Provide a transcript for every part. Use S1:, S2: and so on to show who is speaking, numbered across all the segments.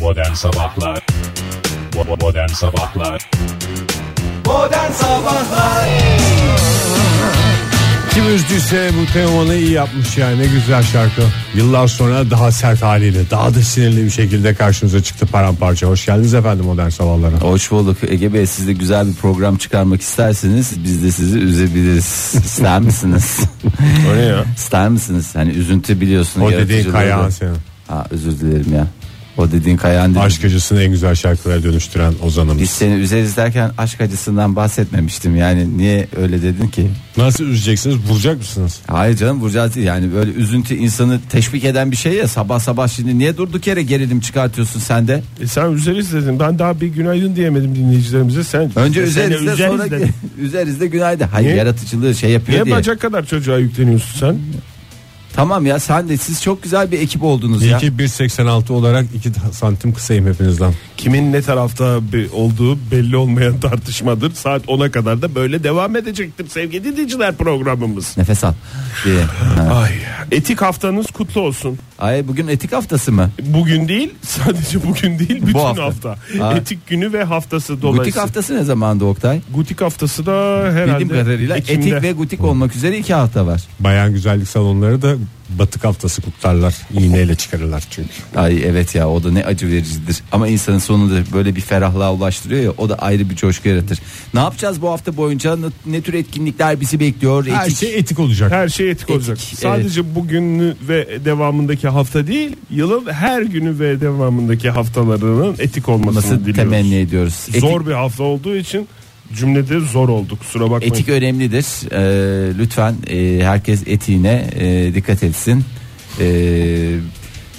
S1: Modern Sabahlar Bo- Modern Sabahlar
S2: Modern Sabahlar
S3: Kim üzdüyse bu Teoman'ı iyi yapmış yani ne güzel şarkı. Yıllar sonra daha sert haliyle daha da sinirli bir şekilde karşımıza çıktı paramparça. Hoş geldiniz efendim modern sabahlara.
S4: Hoş bulduk Ege Bey siz de güzel bir program çıkarmak isterseniz biz de sizi üzebiliriz ister misiniz?
S3: O ne ya?
S4: İster misiniz? Hani üzüntü biliyorsun.
S3: O dediğin
S4: yaratıcılığı da-
S3: kayağın senin.
S4: Ha, özür dilerim ya. O dediğin kayağın değil.
S3: Aşk acısını en güzel şarkılara dönüştüren
S4: Biz
S3: Ozan'ımız.
S4: seni üzeriz derken aşk acısından bahsetmemiştim yani niye öyle dedin ki?
S3: Nasıl üzeceksiniz vuracak mısınız?
S4: Hayır canım vuracağız değil yani böyle üzüntü insanı teşvik eden bir şey ya sabah sabah şimdi niye durduk yere gerilim çıkartıyorsun sen de?
S5: E sen üzeriz dedin. Ben daha bir günaydın diyemedim dinleyicilerimize. Sen
S4: Önce
S5: sen
S4: üzeriz de
S5: üzeriz
S4: sonra
S5: dedin.
S4: üzeriz de günaydın. Hayır
S5: Niye?
S4: yaratıcılığı şey yapıyor
S5: Niye
S4: diye.
S5: bacak kadar çocuğa yükleniyorsun sen?
S4: Tamam ya sen de siz çok güzel bir ekip oldunuz
S3: İyi
S4: ya.
S3: ki 1.86 olarak 2 santim kısayım hepinizden.
S5: Kimin ne tarafta bir olduğu belli olmayan tartışmadır. Saat 10'a kadar da böyle devam edecektir sevgili dinleyiciler programımız.
S4: Nefes al diye. Ha.
S5: Ay, etik haftanız kutlu olsun.
S4: Ay bugün etik haftası mı?
S5: Bugün değil, sadece bugün değil, bütün
S4: hafta.
S5: hafta.
S4: Ha.
S5: Etik günü ve haftası dolayısıyla.
S4: Gutik haftası ne zamandı Oktay?
S5: Gutik haftası da herhalde
S4: Bildiğim kadarıyla
S5: Ekim'de.
S4: etik ve gutik olmak üzere iki hafta var.
S3: Bayan güzellik salonları da batık haftası kutlarlar. İğneyle çıkarırlar çünkü.
S4: Ay evet ya o da ne acı vericidir. Ama insanın sonunda böyle bir ferahlığa ulaştırıyor ya o da ayrı bir coşku yaratır. Ne yapacağız bu hafta boyunca? Ne, ne tür etkinlikler bizi bekliyor?
S3: Her
S4: Etik.
S3: şey etik olacak.
S5: Her şey etik olacak.
S4: evet.
S5: Sadece bugün ve devamındaki hafta değil, yılın her günü ve devamındaki haftalarının etik olmasını
S4: Nasıl
S5: diliyoruz.
S4: temenni ediyoruz? Etik,
S5: Zor bir hafta olduğu için cümlede zor oldu. Kusura bakmayın.
S4: etik önemlidir. Ee, lütfen e, herkes etiğine e, dikkat etsin. Ee,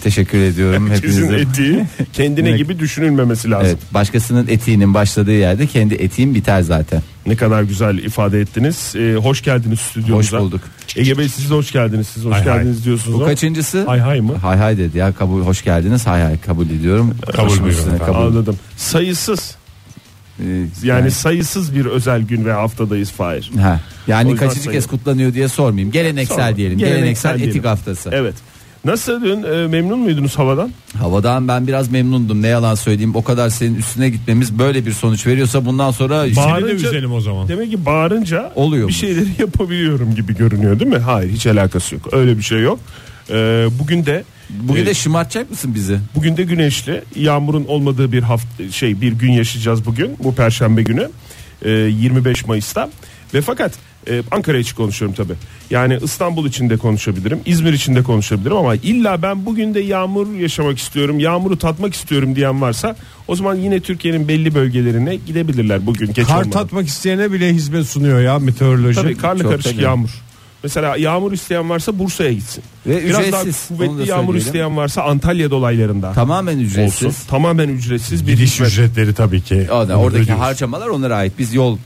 S4: teşekkür ediyorum
S5: Herkesin
S4: hepinize.
S5: etiği kendine
S4: Ne-
S5: gibi düşünülmemesi lazım.
S4: Evet, başkasının etiğinin başladığı yerde kendi etiğin biter zaten.
S5: Ne kadar güzel ifade ettiniz. Ee, hoş geldiniz stüdyomuza.
S4: Hoş bulduk.
S5: Ege Bey siz de hoş geldiniz. Siz hoş
S3: Hay hay.
S5: geldiniz diyorsunuz.
S4: Bu
S5: ama-
S4: kaçıncısı?
S5: Hay hay mı?
S4: Hay hay dedi ya kabul hoş geldiniz hay hay kabul ediyorum.
S3: Kabul
S4: Hoş
S3: buyurun
S4: bulduk,
S3: efendim.
S4: kabul.
S5: Anladım. Sayısız.
S4: Ee,
S5: Yani, sayısız bir özel gün ve haftadayız Fahir.
S4: ha.
S5: O
S4: yani
S5: yüzden
S4: kaçıncı kez
S5: sayıyorum.
S4: kutlanıyor diye sormayayım. Geleneksel
S5: Sorma.
S4: diyelim. Geleneksel,
S5: Geleneksel
S4: etik
S5: diyelim.
S4: haftası.
S5: Evet. Nasıl dün e, memnun muydunuz havadan?
S4: Havadan ben biraz memnundum. Ne yalan söyleyeyim. O kadar senin üstüne gitmemiz böyle bir sonuç veriyorsa bundan sonra
S5: Bağır-
S3: Seni de
S5: Bağırınca-
S3: üzelim o zaman.
S5: Demek ki bağırınca
S4: Oluyor
S5: bir
S4: mu?
S5: şeyleri yapabiliyorum gibi görünüyor değil mi? Hayır hiç alakası yok. Öyle bir şey yok. Ee, bugün de
S4: bugün
S5: e,
S4: de şımartacak mısın bizi?
S5: bugün de güneşli, yağmurun olmadığı bir hafta şey bir gün yaşayacağız bugün bu perşembe günü. Ee, 25 Mayıs'ta. Ve fakat e, Ankara için konuşuyorum tabi. Yani İstanbul için de konuşabilirim, İzmir için de konuşabilirim ama illa ben bugün de yağmur yaşamak istiyorum, yağmuru tatmak istiyorum diyen varsa o zaman yine Türkiye'nin belli bölgelerine gidebilirler bugün geç
S3: Kar
S5: olmadan.
S3: tatmak isteyene bile hizmet sunuyor ya meteoroloji.
S5: Tabii karlı
S4: Çok
S5: karışık
S4: tabii.
S5: yağmur. Mesela yağmur isteyen varsa Bursa'ya gitsin.
S4: Ve
S5: Biraz
S4: ücretsiz,
S5: daha
S4: onu da
S5: kuvvetli yağmur
S4: söyleyelim.
S5: isteyen varsa Antalya dolaylarında
S4: Tamamen ücretsiz.
S5: olsun. Tamamen ücretsiz bir
S3: Giriş
S5: hizmet.
S3: ücretleri tabii ki.
S4: O da oradaki
S3: Ödüyoruz.
S4: harcamalar onlara ait. Biz yol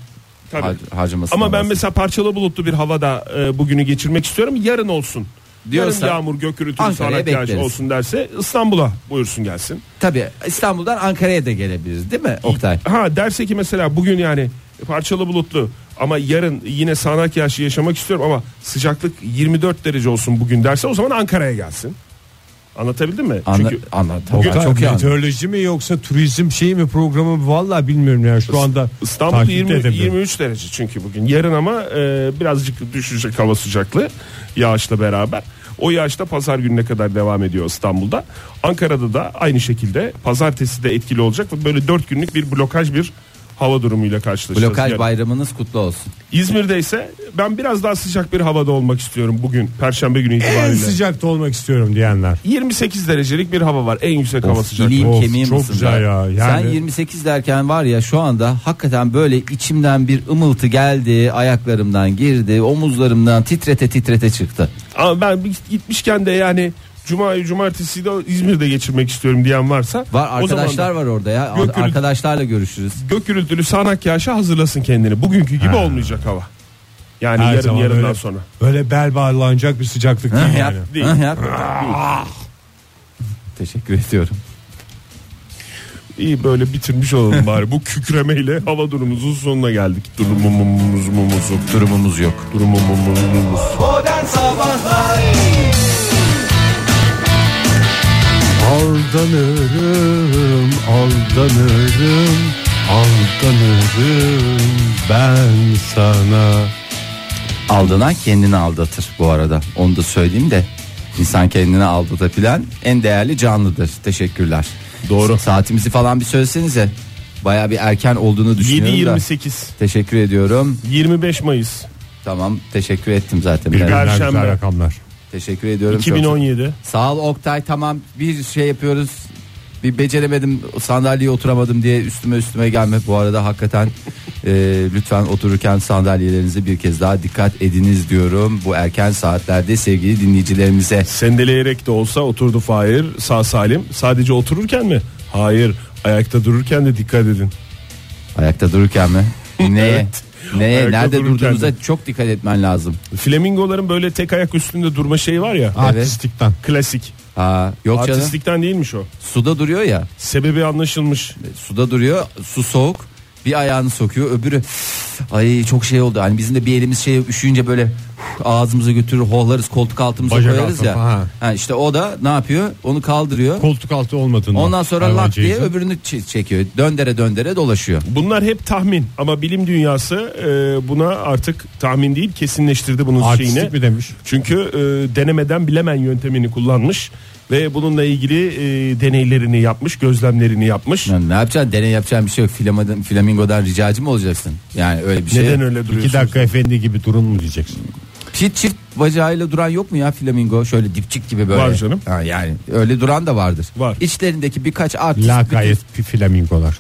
S5: Tabii.
S4: har- harcaması.
S5: Ama ben mesela parçalı bulutlu bir havada e, bugünü geçirmek istiyorum. Yarın olsun.
S4: Diyorsa,
S5: Yarın yağmur gök gürültülü
S4: Ankara'ya
S5: sağanak yağış
S4: bekleriz.
S5: olsun derse İstanbul'a buyursun gelsin.
S4: Tabii İstanbul'dan Ankara'ya da gelebiliriz değil mi Oktay?
S5: Ha derse ki mesela bugün yani parçalı bulutlu ama yarın yine sağanak yağışı yaşamak istiyorum ama sıcaklık 24 derece olsun bugün derse o zaman Ankara'ya gelsin. Anlatabildim mi?
S4: Anla,
S5: Çünkü
S4: anla, tamam,
S3: Oktay,
S4: çok iyi anladım.
S3: meteoroloji mi yoksa turizm şeyi mi programı mı? vallahi bilmiyorum yani şu anda
S5: İstanbul
S3: takip
S5: 20,
S3: edemiyorum.
S5: 23 derece çünkü bugün. Yarın ama e, birazcık düşecek hava sıcaklığı yağışla beraber. O yağış da pazar gününe kadar devam ediyor İstanbul'da. Ankara'da da aynı şekilde pazartesi de etkili olacak. ve Böyle 4 günlük bir blokaj bir hava durumuyla karşılaşacağız.
S4: Blokaj
S5: yarın.
S4: bayramınız kutlu olsun.
S5: İzmir'de ise ben biraz daha sıcak bir havada olmak istiyorum bugün. Perşembe günü
S3: en
S5: itibariyle.
S3: sıcakta olmak istiyorum diyenler.
S5: 28 derecelik bir hava var. En yüksek hava
S4: Of,
S5: sıcaklığı.
S4: iliğim
S3: Of,
S4: kemiğim
S3: çok
S4: ısındı.
S3: güzel ya. Yani-
S4: Sen 28 derken var ya şu anda hakikaten böyle içimden bir ımıltı geldi. Ayaklarımdan girdi. Omuzlarımdan titrete titrete çıktı.
S5: Ama ben git- gitmişken de yani Cuma cumartesi de İzmir'de geçirmek istiyorum diyen varsa
S4: Var
S5: o zaman da
S4: arkadaşlar var orada ya.
S5: Gök gürültü-
S4: Arkadaşlarla görüşürüz.
S5: Gök gürültülü sağanak yağışa hazırlasın kendini. Bugünkü gibi olmayacak hava. Yani
S3: Her
S5: yarın
S3: zaman
S5: yarından
S3: öyle-
S5: sonra.
S3: Böyle bel bağlanacak bir sıcaklık
S4: Hı,
S3: değil
S4: yap,
S3: yani.
S5: Değil.
S4: hı, yap. Teşekkür ediyorum.
S5: İyi böyle bitirmiş olalım bari. Bu kükremeyle hava durumumuzun sonuna geldik. Durumumuz mumuz
S4: Durumumuz yok.
S5: durumumuz mumuz.
S2: Modern Sabahlar
S3: Aldanırım, aldanırım, aldanırım ben sana.
S4: Aldanan kendini aldatır bu arada. Onu da söyleyeyim de insan kendini aldatabilen en değerli canlıdır. Teşekkürler.
S3: Doğru.
S4: Saatimizi falan bir söylesenize. Baya bir erken olduğunu düşünüyorum da.
S5: 7.28
S4: Teşekkür ediyorum.
S5: 25 Mayıs
S4: Tamam teşekkür ettim zaten.
S3: Birbirinden
S4: Ben-
S3: güzel
S5: Perşembe.
S3: rakamlar.
S4: Teşekkür ediyorum.
S5: 2017
S4: Sağ ol Oktay tamam bir şey yapıyoruz. Bir beceremedim sandalyeye oturamadım diye üstüme üstüme gelme. Bu arada hakikaten e, lütfen otururken sandalyelerinize bir kez daha dikkat ediniz diyorum. Bu erken saatlerde sevgili dinleyicilerimize.
S5: sendeleyerek de olsa oturdu Fahir sağ salim. Sadece otururken mi? Hayır ayakta dururken de dikkat edin.
S4: Ayakta dururken mi? Neye?
S5: Evet.
S4: Neye?
S5: Ayakta
S4: nerede
S5: dururken
S4: durduğunuza
S5: de.
S4: çok dikkat etmen lazım.
S5: Flamingoların böyle tek ayak üstünde durma şeyi var ya.
S3: Artistlikten.
S5: Klasik.
S4: Ha, yok canım.
S5: Artistlikten değilmiş o.
S4: Suda duruyor ya.
S5: Sebebi anlaşılmış.
S4: Suda duruyor. Su soğuk. Bir ayağını sokuyor, öbürü ay çok şey oldu. Hani bizim de bir elimiz şey üşüyünce böyle ağzımıza götürür, hohlarız, koltuk altımıza
S3: Bacak
S4: koyarız
S3: altına,
S4: ya.
S3: ha.
S4: Ha. işte o da ne yapıyor? Onu kaldırıyor.
S3: Koltuk altı olmadığında.
S4: Ondan sonra lak diye
S3: hayvancağızın.
S4: öbürünü ç- çekiyor. Döndere döndere dolaşıyor.
S5: Bunlar hep tahmin ama bilim dünyası e, buna artık tahmin değil kesinleştirdi bunun şeyini.
S3: Artistlik mi demiş?
S5: Çünkü e, denemeden bilemen yöntemini kullanmış ve bununla ilgili e, deneylerini yapmış, gözlemlerini yapmış.
S4: Yani ne yapacaksın? Deney yapacağın bir şey yok. Flamingodan, flamingodan ricacı mı olacaksın? Yani öyle bir şey.
S5: Neden
S4: yok.
S5: öyle duruyorsunuz?
S3: İki dakika efendi gibi durun mu diyeceksin?
S4: Çift çift bacağıyla duran yok mu ya flamingo? Şöyle dipçik gibi böyle.
S5: Var canım.
S4: Ha, yani öyle duran da vardır.
S5: Var.
S4: İçlerindeki birkaç artist.
S3: Lakayet bir flamingolar.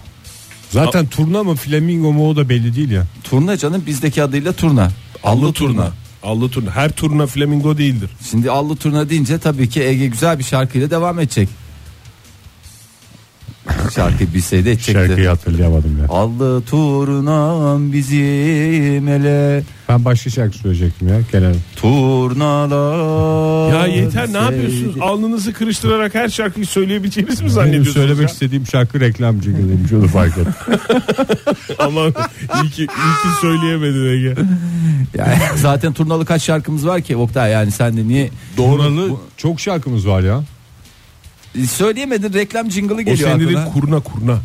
S3: Zaten turna mı flamingo mu o da belli değil ya.
S4: bütün- Turna canım bizdeki adıyla turna. Allı turna.
S5: Allı turna. Her turna flamingo değildir.
S4: Şimdi allı turna deyince tabii ki Ege güzel bir şarkıyla devam edecek. Şarkı bilseydi edecekti.
S3: Şarkıyı hatırlayamadım ya.
S4: Allı turnam bizim ele
S3: Ben başka şarkı söyleyecektim ya Kenan.
S4: turnalar.
S5: Ya yeter ne yapıyorsunuz?
S4: sevdi.
S5: Alnınızı kırıştırarak her şarkıyı söyleyebileceğiniz mi
S3: Benim
S5: zannediyorsunuz?
S3: söylemek
S5: ya?
S3: istediğim şarkı reklamcı gelmiş onu fark ettim.
S5: Allah'ım iyi ki, iyi ki söyleyemedin Ege.
S4: Yani zaten turnalı kaç şarkımız var ki Oktay yani sen de niye
S3: Turnalı çok şarkımız var ya.
S4: söyleyemedin reklam jingle'ı
S5: O
S4: geliyor
S5: senin
S4: aklına.
S5: dediğin kurna kurna.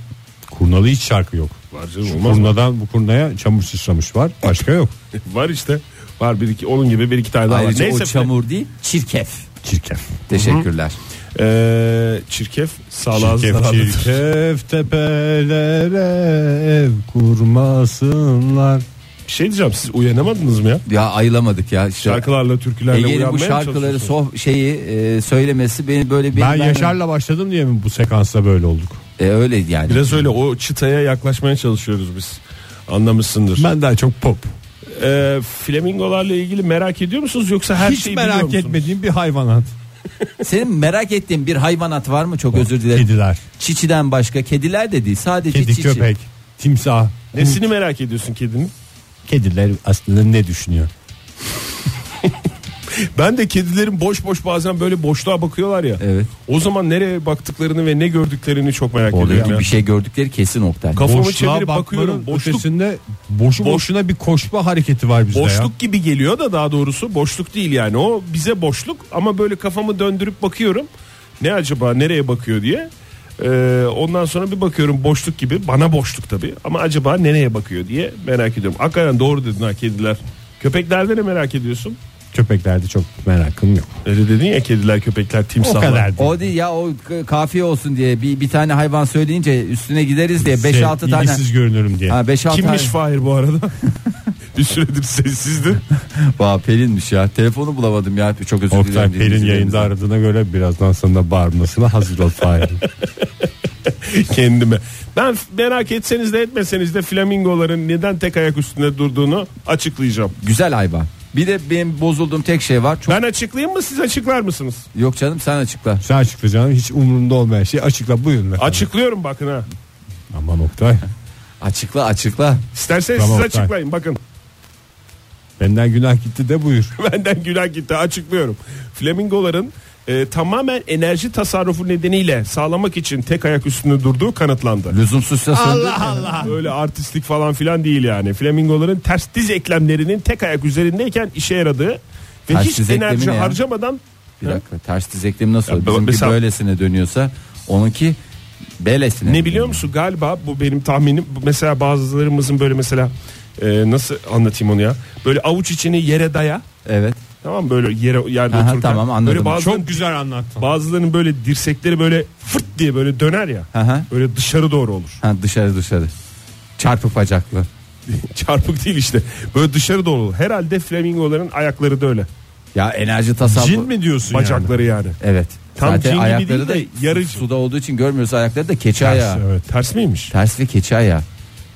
S3: Kurnalı hiç şarkı yok.
S5: Var
S3: Şu kurnadan bu kurnaya çamur sıçramış var. Başka yok.
S5: Var işte. Var bir iki onun gibi bir iki tane daha var.
S4: Ayrıca
S5: Neyse
S4: o çamur değil çirkef.
S3: Çirkef.
S4: Teşekkürler.
S5: Ee, çirkef sağlığa
S3: Çirkef,
S5: zararlıdır.
S3: çirkef tepelere ev kurmasınlar.
S5: Bir şey diyeceğim siz uyanamadınız mı ya?
S4: Ya ayılamadık ya. İşte
S5: Şarkılarla türkülerle
S4: Ege'nin
S5: uyanmaya
S4: bu
S5: mı
S4: şarkıları
S5: çalışıyorsunuz?
S4: soh şeyi e, söylemesi beni böyle bir
S3: Ben Yaşar'la başladım diye mi bu sekansta böyle olduk?
S4: E, öyle yani.
S5: Biraz öyle o çıtaya yaklaşmaya çalışıyoruz biz. Anlamışsındır.
S3: Ben daha çok pop.
S5: Ee, flamingolarla ilgili merak ediyor musunuz yoksa her
S3: hiç
S5: şeyi biliyor
S3: merak
S5: musunuz?
S3: etmediğim bir hayvanat.
S4: Senin merak ettiğin bir hayvanat var mı? Çok özür dilerim.
S3: Kediler.
S4: Çiçiden başka kediler de değil. Sadece
S3: Kedi,
S4: çiçi.
S3: köpek, timsah.
S5: Nesini merak ediyorsun kedinin?
S3: Kediler aslında ne düşünüyor?
S5: Ben de kedilerin boş boş bazen böyle boşluğa bakıyorlar ya.
S4: Evet.
S5: O zaman nereye baktıklarını ve ne gördüklerini çok merak ediyorum.
S4: Orada
S5: ya.
S4: bir şey gördükleri kesin Oktay.
S5: Kaf- Kafamı
S3: Boşluğa
S5: çevirip
S3: bakmanın
S5: bakıyorum. Boşluk-
S3: ötesinde boşu
S5: Boş-
S3: boşuna bir koşma hareketi var bizde ya.
S5: Boşluk gibi geliyor da daha doğrusu boşluk değil yani o bize boşluk ama böyle kafamı döndürüp bakıyorum ne acaba nereye bakıyor diye Ee, ondan sonra bir bakıyorum boşluk gibi bana boşluk tabi ama acaba nereye bakıyor diye merak ediyorum. Hakikaten doğru dedin ha kediler. Köpeklerde ne merak ediyorsun?
S3: Köpeklerde çok merakım yok.
S5: Öyle dedin ya kediler köpekler timsahlar.
S3: o kadar.
S4: O değil ya o k- kafiye olsun diye bir, bir tane hayvan söyleyince üstüne gideriz diye 5-6 E, tane.
S3: İlgisiz görünürüm diye.
S4: Ha 5-6 tane.
S5: Kimmiş Fahir bu arada? bir süredir sessizdi.
S4: Vaa, Pelin'miş ya. Telefonu bulamadım ya. Çok özür
S3: Oktay
S4: dilerim.
S3: Pelin yayında aradığına göre birazdan sana bağırmasına hazır ol Fahir.
S5: kendime. Ben merak etseniz de etmeseniz de flamingoların neden tek ayak üstünde durduğunu açıklayacağım.
S4: Güzel hayvan. Bir de benim bozulduğum tek şey var. Çok...
S5: Ben açıklayayım mı siz açıklar mısınız?
S4: Yok canım sen açıkla.
S3: Sen açıklayacağını hiç umurunda olmayan şey açıkla buyurun. efendim.
S5: Açıklıyorum bakın ha.
S3: Aman Oktay.
S4: Açıkla açıkla.
S5: İsterseniz
S3: Tamam,
S5: siz
S3: Oktay.
S5: açıklayın bakın.
S3: Benden günah gitti de buyur.
S5: Benden günah gitti açıklıyorum. Flamingoların e, tamamen enerji tasarrufu nedeniyle sağlamak için tek ayak üstünde durduğu kanıtlandı.
S4: Lüzumsuzsa söndür.
S5: Allah. Öyle artistlik falan filan değil yani. Flamingoların ters diz eklemlerinin tek ayak üzerindeyken işe yaradığı ve
S4: Ters
S5: hiç
S4: diz eklemi
S5: enerji
S4: ne ya?
S5: harcamadan
S4: Bir dakika ters diz eklemi nasıl olur?
S5: Ya,
S4: Bizimki
S5: mesela-
S4: böylesine dönüyorsa onunki belesine.
S5: Ne biliyor musun galiba bu benim tahminim bu mesela bazılarımızın böyle mesela e, nasıl anlatayım onu ya böyle avuç içini yere daya
S4: Evet.
S5: tamam mı? böyle yere yerde
S4: Aha,
S5: otururken
S4: tamam, anladım.
S5: böyle bazıları-
S3: Çok güzel anlattın.
S5: bazılarının böyle dirsekleri böyle fırt diye böyle döner ya
S4: Aha.
S5: böyle dışarı doğru olur
S4: Ha, dışarı dışarı. Çarpık bacaklı.
S5: çarpık değil işte böyle dışarı doğru olur herhalde flamingoların ayakları da öyle
S4: Ya enerji tasarrufu.
S3: Cin mi diyorsun yani?
S5: bacakları yani
S4: Evet.
S5: Tam cin
S4: Zaten
S5: gibi
S4: ayakları da
S5: değil de yarı-
S4: suda olduğu için görmüyoruz ayakları da keçi ayağı.
S3: Evet.
S5: ters miymiş
S4: Ters ve keçi ayağı.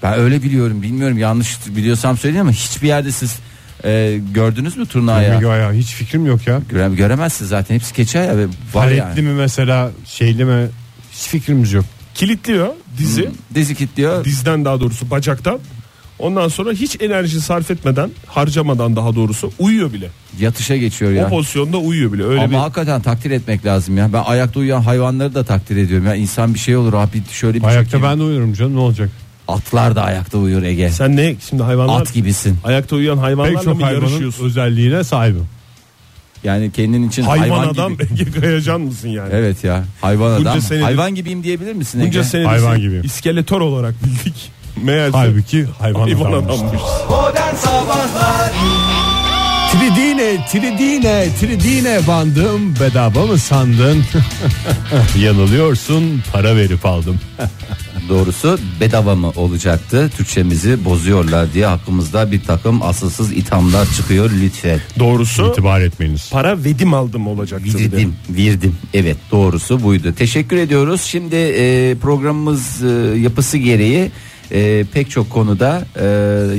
S4: Ben öyle biliyorum. Bilmiyorum yanlış biliyorsam söyleyin ama hiçbir yerde siz e, gördünüz mü turna ayağı?
S3: Flamingo ayağı hiç fikrim yok ya.
S4: Göre- göremezsiniz zaten. Hepsi keçi ayağı ve var
S3: Paletli
S4: yani.
S3: mi mesela şeyli mi hiç fikrimiz yok.
S5: kilitliyor dizi
S4: Dizi kilitliyor.
S5: dizden daha doğrusu bacaktan ondan sonra hiç enerji sarf etmeden harcamadan daha doğrusu uyuyor bile
S4: Yatışa geçiyor
S5: O
S4: ya.
S5: pozisyonda uyuyor bile. Öyle
S4: Ama hakikaten takdir etmek lazım ya. Ben ayakta uyuyan hayvanları da takdir ediyorum. Ya insan bir şey olur abi şöyle bir
S3: Ayakta
S4: çekeyim.
S3: ben de uyuyorum canım ne olacak?
S4: Atlar da ayakta uyuyor Ege.
S5: bir... Sen ne şimdi hayvanlar
S4: At gibisin.
S5: ayakta uyuyan hayvanlarla
S3: Pek çok
S5: mı
S3: hayvanın
S5: yarışıyorsun?
S3: özelliğine sahibim.
S4: Yani kendin için
S5: Hayvan,
S4: hayvan,
S5: adam
S4: gibi.
S5: Ege Kayacan mısın yani?
S4: Evet ya. Hayvan
S5: Bunca
S4: adam.
S5: senedir-
S4: Hayvan gibiyim diyebilir misin Ege?
S5: Bunca senedir
S3: Hayvan
S5: seni
S3: gibiyim.
S5: iskeletor olarak bildik. Meğerse
S3: Halbuki hayvan,
S5: hayvan
S3: hayvan
S5: adammış.
S2: Modern Sabahlar
S3: Tridine, tridine, tridine bandım. Bedava mı sandın? Yanılıyorsun para verip aldım.
S4: Doğrusu bedava mı olacaktı? Türkçemizi bozuyorlar diye hakkımızda bir takım asılsız ithamlar çıkıyor lütfen.
S5: Doğrusu
S3: İtibar etmeyiniz.
S5: para vedim aldım olacaktı. bir de.
S4: Virdim, virdim. Evet doğrusu buydu. Teşekkür ediyoruz. Şimdi e, programımız e, yapısı gereği e, pek çok konuda e,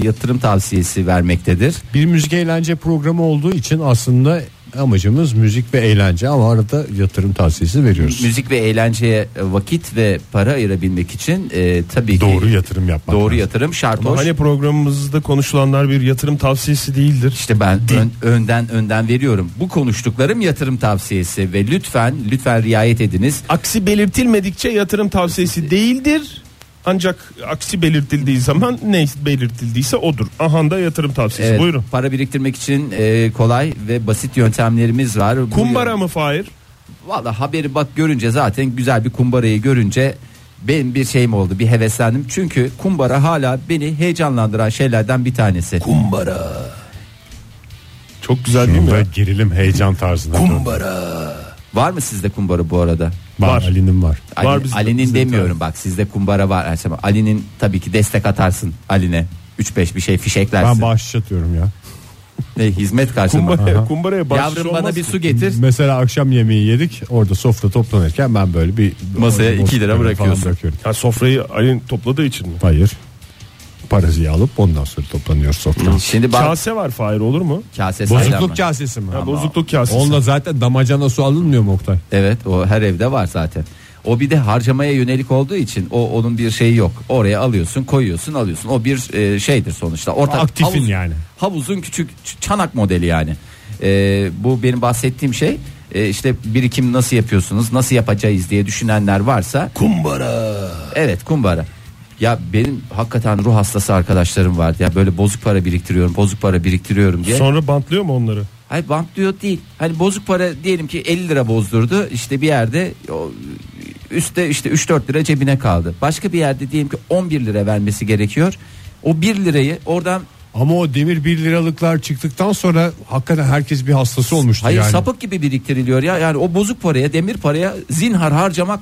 S4: yatırım tavsiyesi vermektedir.
S3: Bir müzik eğlence programı olduğu için aslında amacımız müzik ve eğlence ama arada yatırım tavsiyesi veriyoruz.
S4: Müzik ve eğlenceye vakit ve para ayırabilmek için e, tabii
S3: Doğru
S4: ki
S3: yatırım yapmak.
S4: doğru
S3: lazım.
S4: yatırım şart
S5: Ama
S4: hoş.
S5: Hani programımızda konuşulanlar bir yatırım tavsiyesi değildir.
S4: İşte ben ön- önden önden veriyorum. Bu konuştuklarım yatırım tavsiyesi ve lütfen lütfen riayet ediniz.
S5: Aksi belirtilmedikçe yatırım tavsiyesi değildir. Ancak aksi belirtildiği zaman ne belirtildiyse odur. Aha da yatırım tavsiyesi.
S4: Evet,
S5: Buyurun.
S4: Para biriktirmek için e, kolay ve basit yöntemlerimiz var. Bu-
S5: Kumbara mı Fahir?
S4: Valla haberi bak görünce zaten güzel bir kumbarayı görünce benim bir şeyim oldu bir heveslendim. Çünkü kumbara hala beni heyecanlandıran şeylerden bir tanesi. Kumbara.
S5: Çok güzel değil mi?
S3: Ve gerilim heyecan tarzında.
S4: Var mı sizde kumbara bu arada?
S3: Var. Ali'nin var.
S4: Ali-
S5: Var bizde-
S4: Ali'nin
S5: bizde
S4: demiyorum bak sizde kumbara var. Ayşem. Ali'nin tabii ki destek atarsın Ali'ne. 3-5 bir şey
S3: Ben
S4: fişeklersin.
S3: bahşiş atıyorum ya.
S4: ne, hizmet karşılığında.
S5: Kumbara, kumbaraya bahşiş
S4: Yavrum
S5: olmaz
S4: bana bir
S5: ki.
S4: su getir.
S3: Mesela akşam yemeği yedik. Orada sofra toplanırken ben böyle bir
S4: Masaya
S3: bir-
S4: iki lira
S3: falan
S4: bırakıyorsun.
S3: bırakıyorum.
S5: Ya sofrayı Ali'nin topladığı için mi?
S3: Hayır. Parayı alıp ondan sonra toplanıyoruz sofra.
S4: Şimdi bak
S5: Kase var Fahir olur mu?
S4: kase sayılan mı?
S3: Bozukluk kasesi mi?
S5: Ha, bozukluk kasesi.
S3: Onunla zaten damacana su alınmıyor mu Oktay?
S4: Evet o her evde var zaten. O bir de harcamaya yönelik olduğu için o onun bir şeyi yok. Oraya alıyorsun, koyuyorsun, alıyorsun. O bir e, şeydir sonuçta. Ortak
S3: Aktifin yani.
S4: Havuzun küçük ç- çanak modeli yani. E, bu benim bahsettiğim şey. E, işte birikim nasıl yapıyorsunuz, nasıl yapacağız diye düşünenler varsa Evet kumbara. Ya benim hakikaten ruh hastası arkadaşlarım vardı. Ya böyle bozuk para biriktiriyorum, bozuk para biriktiriyorum diye.
S5: Sonra bantlıyor mu onları?
S4: Hayır bank diyor değil. Hani bozuk para diyelim ki 50 lira bozdurdu. İşte bir yerde o, üstte işte 3-4 lira cebine kaldı. Başka bir yerde diyelim ki 11 lira vermesi gerekiyor. O 1 lirayı oradan
S3: Ama o demir 1 liralıklar çıktıktan sonra hakikaten herkes bir hastası olmuştu
S4: hayır
S3: yani.
S4: sapık gibi biriktiriliyor ya. Yani o bozuk paraya, demir paraya zinhar harcamak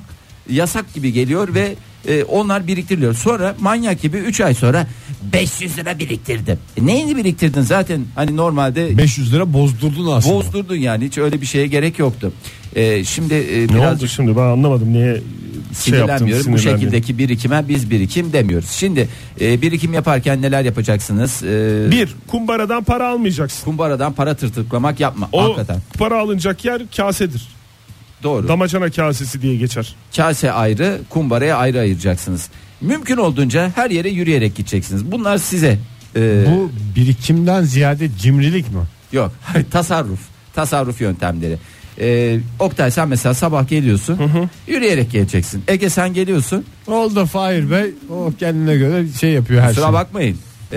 S4: yasak gibi geliyor ve e, onlar biriktiriliyor. Sonra manyak gibi 3 ay sonra 500 lira biriktirdim. E, neyini biriktirdin zaten? Hani normalde
S3: 500 lira bozdurdun aslında.
S4: bozdurdun yani hiç öyle bir şeye gerek yoktu. E, şimdi e,
S5: Ne
S4: biraz
S5: oldu şimdi ben anlamadım niye şey yaptım
S4: sinirlenmiyorum. Bu şekildeki birikime biz birikim demiyoruz. Şimdi e, birikim yaparken neler yapacaksınız? E,
S5: Bir kumbaradan para almayacaksın.
S4: Kumbaradan para tırtıklamak yapma.
S5: O
S4: Hakikaten.
S5: para alınacak yer kasedir.
S4: Doğru.
S5: Damacana kasesi diye geçer.
S4: Kase ayrı, kumbaraya ayrı ayıracaksınız. Mümkün olduğunca her yere yürüyerek gideceksiniz. Bunlar size e,
S3: Bu birikimden ziyade cimrilik mi?
S4: yok tasarruf, tasarruf yöntemleri. E, Oktay sen mesela sabah geliyorsun, yürüyerek geleceksin. Ege sen geliyorsun.
S3: Oldu Fahir Bey. O kendine göre şey yapıyor her
S4: Kusura
S3: şeyi.
S4: bakmayın. e,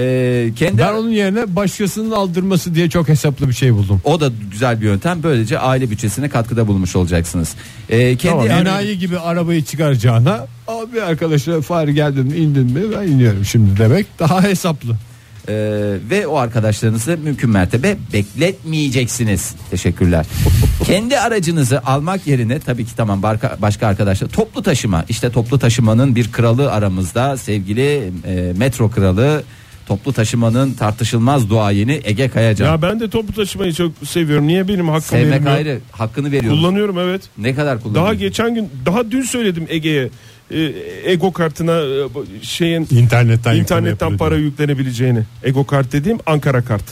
S4: kendi
S3: Ben onun yerine başkasının aldırması diye çok hesaplı bir şey buldum.
S4: o da güzel bir yöntem. Böylece aile bütçesine katkıda bulunmuş olacaksınız. E, kendi
S3: Tamam,
S4: örneğin-
S3: enayi gibi arabayı çıkaracağına abi arkadaşına fare geldin mi indin mi ben iniyorum şimdi demek daha hesaplı.
S4: E, ve o arkadaşlarınızı mümkün mertebe bekletmeyeceksiniz. Teşekkürler. kendi aracınızı almak yerine tabii ki tamam barka- başka arkadaşlar toplu taşıma. İşte toplu taşımanın bir kralı aramızda sevgili e, metro kralı toplu taşımanın tartışılmaz duayeni Ege Kayacan.
S5: Ya ben de toplu taşımayı çok seviyorum. Niye benim hakkım
S4: Sevmek
S5: yenmiyor?
S4: ayrı hakkını veriyoruz.
S5: Kullanıyorum evet.
S4: ne kadar kullanıyorsun?
S5: Daha geçen gün daha dün söyledim Ege'ye e, ego kartına e, bu şeyin
S3: İnternetten
S5: internetten para yüklenebileceğini. Ego kart dediğim Ankara kart.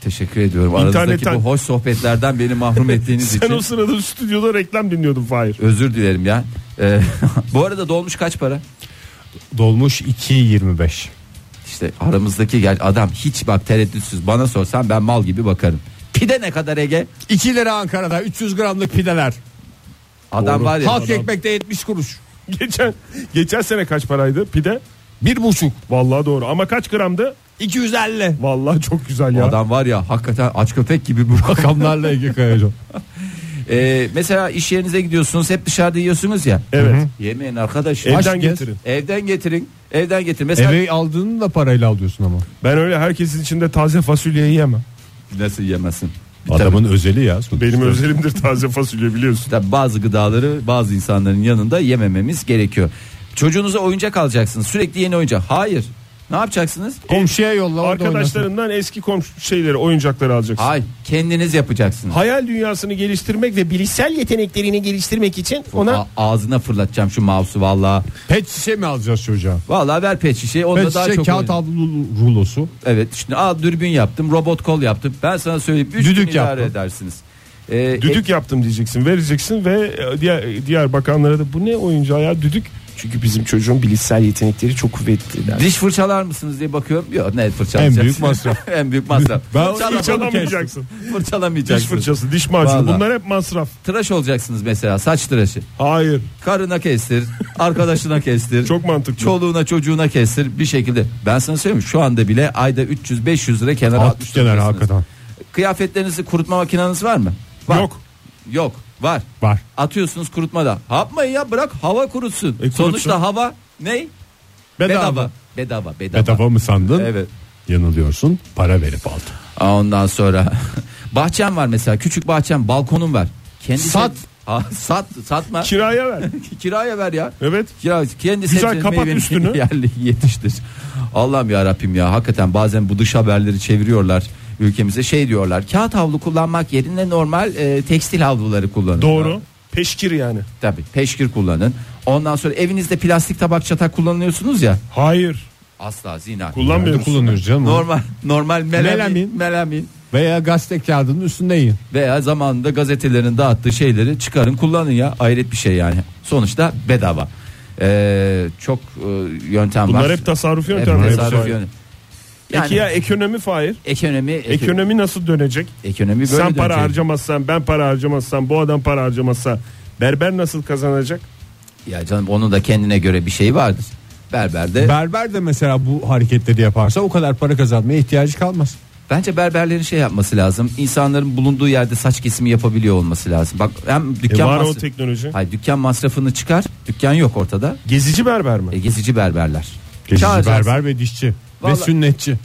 S4: Teşekkür ediyorum.
S5: İnternetten-
S4: Aranızdaki bu hoş sohbetlerden beni mahrum ettiğiniz
S5: Sen o
S4: için
S5: sırada stüdyoda reklam dinliyordun Fahir.
S4: özür dilerim ya. Ee, bu arada dolmuş kaç para?
S3: dolmuş 2.25.
S4: İşte aramızdaki gel adam hiç bak tereddütsüz bana sorsan ben mal gibi bakarım. Pide ne kadar Ege?
S3: 2 lira Ankara'da 300 gramlık pideler.
S4: Adam var ya.
S3: Halk ekmekte 70 kuruş.
S5: Geçen geçen sene kaç paraydı pide?
S3: Bir buçuk.
S5: Vallahi doğru ama kaç gramdı?
S3: 250.
S5: Vallahi çok güzel ya.
S4: Adam var ya hakikaten aç köpek gibi bu
S3: Rakamlarla Ege Kayacan.
S4: Ee, mesela iş yerinize gidiyorsunuz hep dışarıda yiyorsunuz ya.
S5: Evet.
S4: Yemeyin arkadaş.
S5: Evden
S4: Aç-
S3: gez.
S5: getirin.
S4: Evden getirin. Evden getirin. Mesela
S3: Eve aldığını da parayla alıyorsun ama.
S5: Ben öyle herkesin içinde taze fasulye yiyemem.
S4: nasıl yemezsin?
S3: Adamın özeli ya.
S5: Benim özelimdir taze fasulye biliyorsun.
S4: Tabii bazı gıdaları bazı insanların yanında yemememiz gerekiyor. Çocuğunuza oyuncak alacaksınız. Sürekli yeni oyuncak. Hayır. Ne yapacaksınız?
S3: Komşuya yolla orada oynasın.
S5: Arkadaşlarından eski komşu şeyleri oyuncakları alacaksın.
S4: Hayır. Kendiniz yapacaksınız.
S5: Hayal dünyasını geliştirmek ve bilişsel yeteneklerini geliştirmek için
S4: A-
S5: ona
S4: ağzına fırlatacağım şu mouse'u valla.
S3: Pet şişe mi alacağız çocuğa?
S4: Valla ver pet şişeyi. Onda
S3: Pet
S4: daha
S3: şişe
S4: çok
S3: kağıt
S4: oyun-
S3: havlu rulosu.
S4: Evet. Şimdi al dürbün yaptım. Robot kol yaptım. Ben sana söyleyeyim. Üç
S3: Düdük
S4: gün idare
S3: yaptım.
S4: edersiniz. Ee,
S5: düdük yaptım diyeceksin, vereceksin ve e, diğer diğer bakanlara da bu ne oyuncağı ya düdük. Çünkü bizim çocuğun bilişsel yetenekleri çok kuvvetli.
S4: e, diş fırçalar mısınız diye bakıyorum. Yok ne fırçalayacaksın.
S3: En büyük masraf.
S4: en büyük masraf.
S3: Ben
S4: Fırçalama-
S5: Hiç alamayacaksın. Diş
S4: Fırçalamayacaksınız.
S5: fırçası, diş macunu
S4: Vallahi.
S5: bunlar hep masraf.
S4: Tıraş olacaksınız mesela. Saç tıraşı.
S5: Hayır.
S4: Karına kestir, arkadaşına kestir.
S5: Çok mantıklı.
S4: Çoluğuna çocuğuna kestir bir şekilde. Ben sana söyleyeyim şu anda bile ayda 300-500 lira kenara atmış
S3: Atmış kenara
S4: durumdasınız.
S3: hakikaten.
S4: Kıyafetlerinizi kurutma makineniz var mı? Var.
S5: Yok.
S4: Yok var.
S3: Var.
S4: Atıyorsunuz kurutmada. Yapmayın ya bırak hava kurutsun.
S5: kurutsun.
S4: Sonuçta hava ne? Bedava.
S3: E, Bedava.
S4: Bedava. Bedava.
S3: Bedava mı sandın?
S4: Evet.
S3: Yanılıyorsun. Para verip aldın.
S4: Aa, ondan sonra bahçem var mesela küçük bahçem balkonum var. Kendisi...
S3: Sat.
S4: Ha, sat satma.
S5: Kiraya ver.
S4: Kiraya ver ya.
S5: Evet.
S4: Ya kendi
S5: Güzel,
S4: sebzenin,
S5: kapat
S4: meyvenin
S5: üstünü.
S4: yerli yetiştir. Allah'ım ya Rabbim ya hakikaten bazen bu dış haberleri çeviriyorlar ülkemize şey diyorlar. Kağıt havlu kullanmak yerine normal e, tekstil havluları kullanın.
S5: Doğru. Peşkir yani.
S4: Tabii peşkir kullanın. Ondan sonra evinizde plastik tabak çatak kullanıyorsunuz ya.
S5: Hayır.
S4: Asla zina.
S3: Nerede
S5: Kullanmıyoruz.
S3: kullanıyoruz canım?
S4: normal normal melamin, melamin
S3: Melamin. Veya gazete kağıdının üstünde yiyin.
S4: veya zamanında gazetelerin dağıttığı şeyleri çıkarın kullanın ya. Hayret bir şey yani. Sonuçta bedava. Ee, çok e, yöntem var.
S5: Bunlar hep tasarruf
S4: Hep
S5: yöntemleri.
S4: tasarruf yönü.
S5: Peki ya ekonomi Fahir?
S4: ekonomi ekonomi,
S5: Ekonomi nasıl dönecek?
S4: ekonomi böyle
S5: Sen para
S4: dönecek.
S5: harcamazsan, ben para harcamazsam, bu adam para harcamazsa berber nasıl kazanacak?
S4: Ya canım onun da kendine göre bir şey vardır. Berberde
S3: Berber de mesela bu hareketleri yaparsa o kadar para kazanmaya ihtiyacı kalmaz.
S4: bence berberlerin şey yapması lazım. İnsanların bulunduğu yerde saç kesimi yapabiliyor olması lazım. Bak hem
S5: E
S4: dükkan
S5: var o
S4: masrafı-
S5: teknoloji.
S4: Hayır, dükkan masrafını çıkar. Dükkan yok ortada.
S5: Gezici berber mi?
S4: E, gezici berberler.
S3: Geçici
S4: Çağıracaksın.
S3: berber ve dişçi
S4: Vallahi-
S3: ve sünnetçi.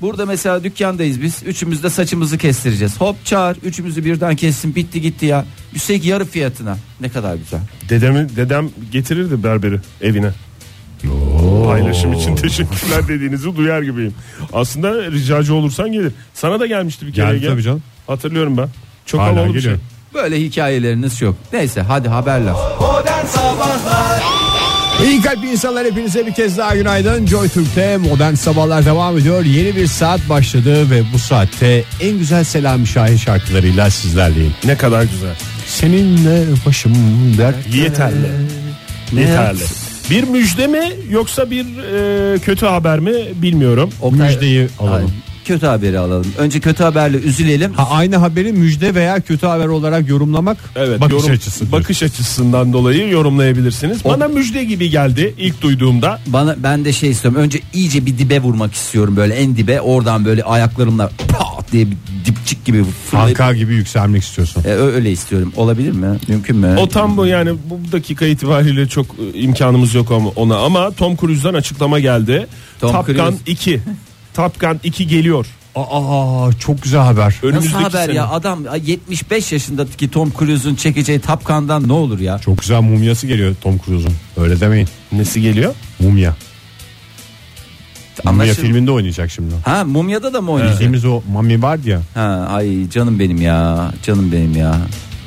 S4: Burada mesela dükkandayız biz. Üçümüz de saçımızı kestireceğiz. Hop çağır. Üçümüzü birden kessin. Bitti gitti ya. Üstelik yarı fiyatına. Ne kadar güzel.
S5: Dedemi, dedem getirirdi berberi evine. Paylaşım için teşekkürler dediğinizi duyar gibiyim. Aslında ricacı olursan gelir. Sana da gelmişti bir kere.
S3: Geldi
S5: Ege.
S3: tabii canım.
S5: Hatırlıyorum ben. Çok
S3: Hala
S5: havalı bir şey.
S3: geliyor.
S4: Böyle hikayeleriniz yok. Neyse hadi haberler.
S2: Modern Sabahlar
S3: İyi kalp insanlar hepinize bir kez daha günaydın. Joy Türk'te modern sabahlar devam ediyor. Yeni bir saat başladı ve bu saatte en güzel Selami Şahin şarkılarıyla sizlerleyim.
S5: Ne kadar güzel.
S3: Seninle başım dert.
S5: Yeterli. Yeterli. Bir müjde mi yoksa bir e, kötü haber mi bilmiyorum.
S4: O
S3: Müjdeyi alalım.
S4: kötü haberi alalım. Önce kötü haberle üzülelim.
S3: Ha, aynı haberi müjde veya kötü haber olarak yorumlamak
S5: Evet,
S3: bakış
S5: yorum-
S3: açısı. diyor.
S5: bakış açısından dolayı yorumlayabilirsiniz. Bana müjde gibi geldi ilk duyduğumda.
S4: Bana ben de şey istiyorum. Önce iyice bir dibe vurmak istiyorum böyle en dibe. Oradan böyle ayaklarımla pat diye bir dipçik gibi fırlayıp
S3: Anka gibi yükselmek istiyorsun.
S4: E, ö- öyle istiyorum. Olabilir mi? Mümkün mü?
S5: O tam bu yani bu dakika itibariyle çok e, imkanımız yok ama ona ama Tom Cruise'dan açıklama geldi.
S4: Tom
S5: Top
S4: Cruise.
S5: Gun 2. Top Gun 2 geliyor.
S3: E, Aa, çok güzel haber.
S5: Önümüzdeki
S4: Nasıl haber
S5: sene.
S4: ya? Adam 75 yaşındaki Tom Cruise'un çekeceği Tapkan'dan ne olur ya?
S3: Çok güzel mumyası geliyor Tom Cruise'un. Öyle demeyin.
S5: Nesi geliyor?
S3: Mumya. Mumya
S4: Anlaşıl-
S3: filminde oynayacak şimdi.
S4: Ha Mumya'da da mı oynayacak?
S3: Bildiğimiz o mami var ya.
S4: Ha ay canım benim ya. Canım benim ya.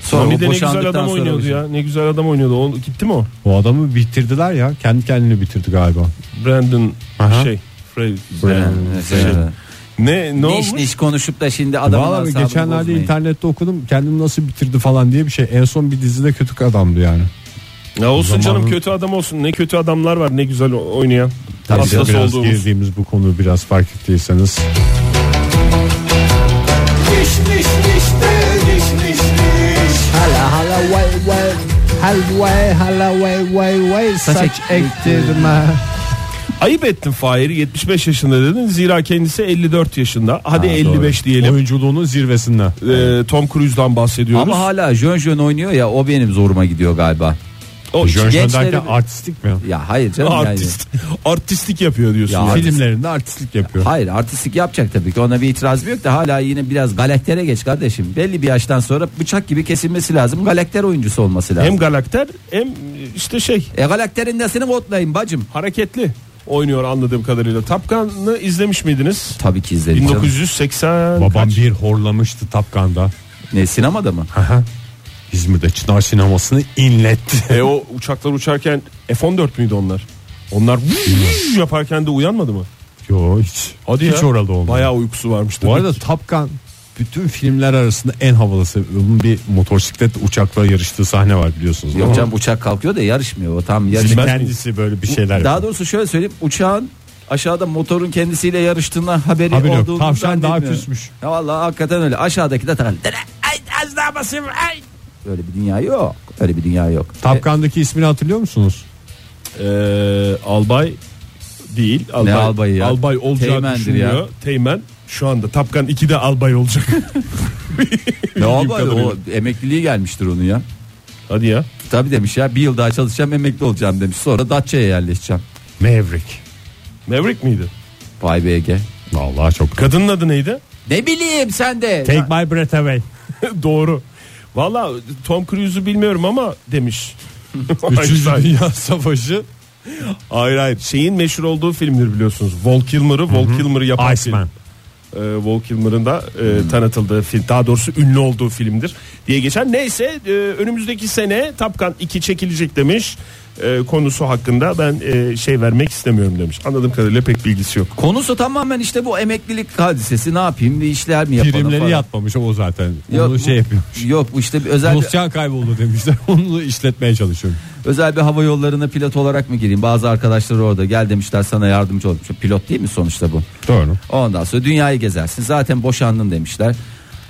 S4: Sonra
S5: Tommy
S4: o
S5: de ne güzel
S4: boşandıktan
S5: adam
S4: sonra
S5: oynuyordu
S4: boşan-
S5: ya. Ne güzel adam oynuyordu. O, gitti mi o?
S3: O adamı bitirdiler ya. Kendi kendini bitirdi galiba.
S5: Brandon
S3: Aha.
S5: şey. Frey-
S4: Böyle,
S5: şey.
S4: şey,
S5: Ne ne
S4: Niş
S5: olmuş?
S4: niş konuşup da şimdi adamın
S3: Valla
S4: asabını
S3: geçenlerde
S4: bozmayın.
S3: internette okudum. Kendini nasıl bitirdi falan diye bir şey. En son bir dizide kötü adamdı yani.
S5: Ya olsun
S3: Zamanın-
S5: canım kötü adam olsun. Ne kötü adamlar var ne güzel o- oynayan. Hastası
S3: biraz
S5: olduğumuz.
S3: girdiğimiz bu konu biraz fark ettiyseniz.
S2: Diş diş diş de, diş diş diş.
S3: Hala hala vay vay. Hal vay hala vay vay vay. Saç, ektirme.
S5: Ayıp ettin Fahir 75 yaşında dedin. Zira kendisi 54 yaşında. Hadi
S3: Ha,
S5: 55
S3: doğru.
S5: diyelim.
S3: Oyunculuğunun zirvesinde.
S5: Ee, Tom Cruise'dan bahsediyoruz.
S4: Ama hala Jön Jön oynuyor ya o benim zoruma gidiyor galiba.
S5: o
S3: Jön Jön
S4: gençleri-
S3: derken artistik mi?
S4: Ya hayır canım yani.
S5: artist artistlik yapıyor diyorsun.
S4: Ya,
S5: yani.
S4: artist.
S3: Filmlerinde artistlik yapıyor.
S4: Hayır artistlik yapacak tabii ki ona bir itirazım yok da hala yine biraz galaktere geç kardeşim. Belli bir yaştan sonra bıçak gibi kesilmesi lazım. Galakter oyuncusu olması lazım.
S5: Hem galakter hem işte şey
S4: E galakterin nesini kodlayın bacım.
S5: hareketli oynuyor anladığım kadarıyla. Top Gun'ı izlemiş miydiniz?
S4: Tabii ki izledim canım.
S5: 1980
S3: Babam
S5: kaç?
S3: bir horlamıştı Tapkan'da.
S4: Ne sinemada mı?
S3: İzmir'de Çınar sinemasını inletti.
S5: E o uçaklar uçarken F-14 müydü onlar? Onlar vuv yaparken de uyanmadı mı?
S3: Yo hiç.
S5: Hadi
S3: hiç
S5: ya.
S3: orada olmadı.
S5: Bayağı uykusu varmış.
S3: Bu
S5: demek
S3: arada
S5: ki.
S3: Top Gun bütün filmler arasında en havalısı. Bunun bir motosiklet uçakla yarıştığı sahne var biliyorsunuz. değil
S4: Yok
S3: mi?
S4: canım uçak kalkıyor da yarışmıyor. O tam yarış.
S3: Şimdi
S5: Bilmez
S3: kendisi böyle bir şeyler
S4: Daha
S3: yapıyor.
S4: doğrusu şöyle söyleyeyim. Uçağın aşağıda motorun kendisiyle yarıştığına haberi
S3: Haberi yok.
S4: olduğunu
S3: Tavşan daha
S4: zannetmiyorum.
S3: küsmüş.
S4: Ya vallahi hakikaten öyle. Aşağıdaki de takar. Dere, Ay, az daha basayım. Ay. Öyle bir dünya yok. Öyle bir dünya yok.
S3: Top Gun'daki ismini hatırlıyor musunuz?
S5: Ee, albay değil. Albay,
S4: albayı ya?
S5: Albay olacağı
S4: Teğmendir
S5: düşünülüyor.
S4: ya.
S5: Teğmen şu anda Top Gun 2'de albay olacak.
S4: Ne
S5: Bildiğim
S4: var o
S5: kadarıyla.
S4: emekliliği gelmiştir onun ya.
S5: Hadi ya.
S4: Tabi demiş ya bir yıl daha çalışacağım emekli olacağım demiş. Sonra Datça'ya yerleşeceğim.
S3: Maverick.
S5: Maverick miydi?
S4: Vay be Ege.
S3: Vallahi çok.
S5: Kadının adı neydi?
S4: Ne bileyim sen de.
S3: Take my breath away.
S5: Doğru. Valla Tom Cruise'u bilmiyorum ama demiş.
S3: Üçüncü
S5: Einstein.
S3: Dünya Savaşı.
S5: Hayır hayır. Şeyin meşhur olduğu filmdir biliyorsunuz. Val Kilmer'ı, Val Kilmer'ı yapan
S3: Iceman.
S5: film. Ee, Val Kilmer'ın da e, tanıtıldığı film. Daha doğrusu ünlü olduğu filmdir diye geçen. Neyse e, önümüzdeki sene Top Gun 2 çekilecek demiş. E, konusu hakkında ben e, şey vermek istemiyorum demiş. Anladığım kadarıyla pek bilgisi yok.
S4: Konusu tamamen işte bu emeklilik hadisesi. Ne yapayım? Bir işler mi yapalım
S3: Primleri
S4: falan.
S3: yatmamış o zaten.
S4: Yok,
S3: Onu
S4: bu-
S3: şey yapıyor.
S4: Yok bu işte bir özel bir-
S3: Dosyan kayboldu demişler. Onu da işletmeye çalışıyorum.
S4: özel bir hava yollarına pilot olarak mı gireyim? Bazı arkadaşlar orada gel demişler sana yardımcı olayım. Çünkü pilot değil mi sonuçta bu?
S3: Doğru.
S4: Ondan sonra dünyayı gezersin. Zaten boşandın demişler.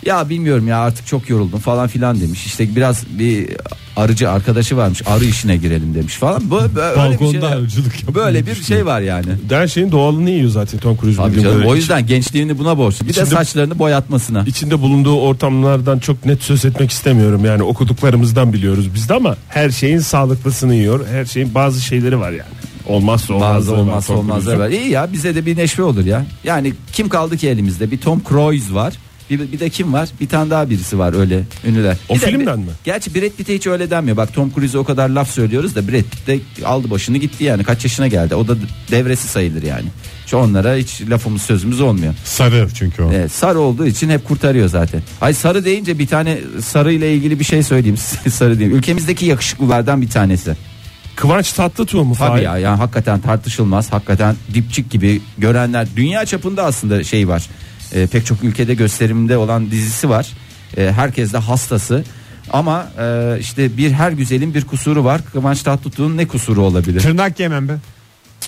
S4: Ya bilmiyorum ya artık çok yoruldum falan filan demiş. İşte biraz bir arıcı arkadaşı varmış. Arı işine girelim demiş falan. Bu böyle bir
S3: Balkonda
S4: şey.
S3: arıcılık yapıyor.
S4: Böyle bir şey var yani.
S5: Her şeyin doğalını yiyor zaten Tom Cruise.
S4: Tabii
S5: bildiğim
S4: canım,
S5: kadarıyla.
S4: o yüzden gençliğini buna borçlu. Bir de
S5: İçinde-
S4: saçlarını boyatmasına.
S5: İçinde bulunduğu ortamlardan çok net söz etmek istemiyorum. Yani okuduklarımızdan biliyoruz biz de ama her şeyin sağlıklısını yiyor. Her şeyin bazı şeyleri var yani. Olmazsa olmazları
S4: Bazı
S5: var,
S4: olmazsa
S5: Tom
S4: olmazlar
S5: Cruise'un.
S4: var. İyi ya bize de bir neşve olur ya. Yani kim kaldı ki elimizde? Bir Tom Cruise var. Bir, bir de kim var? Bir tane daha birisi var öyle ünlüler.
S5: O
S4: Bir de-
S5: filmden mi?
S4: Gerçi Brad Pitt'e hiç öyle denmiyor. Bak Tom Cruise'e o kadar laf söylüyoruz da Brad Pitt de aldı başını gitti yani. Kaç yaşına geldi? O da devresi sayılır yani. Şu onlara hiç lafımız sözümüz olmuyor.
S3: Sarı çünkü o.
S4: Evet, sarı olduğu için hep kurtarıyor zaten. Ay sarı deyince bir tane sarı ile ilgili bir şey söyleyeyim. size. sarı diyeyim. Ülkemizdeki yakışıklılardan bir tanesi.
S5: Kıvanç Tatlıtuğ mu?
S4: Tabii
S5: Fahir?
S4: ya yani hakikaten tartışılmaz. Hakikaten dipçik gibi görenler dünya çapında aslında şey var. Ee, pek çok ülkede gösterimde olan dizisi var. Ee, herkes de hastası. Ama e, işte bir her güzelin bir kusuru var. Kıvanç Tatlıtuğ'un ne kusuru olabilir?
S3: Tırnak yemem be.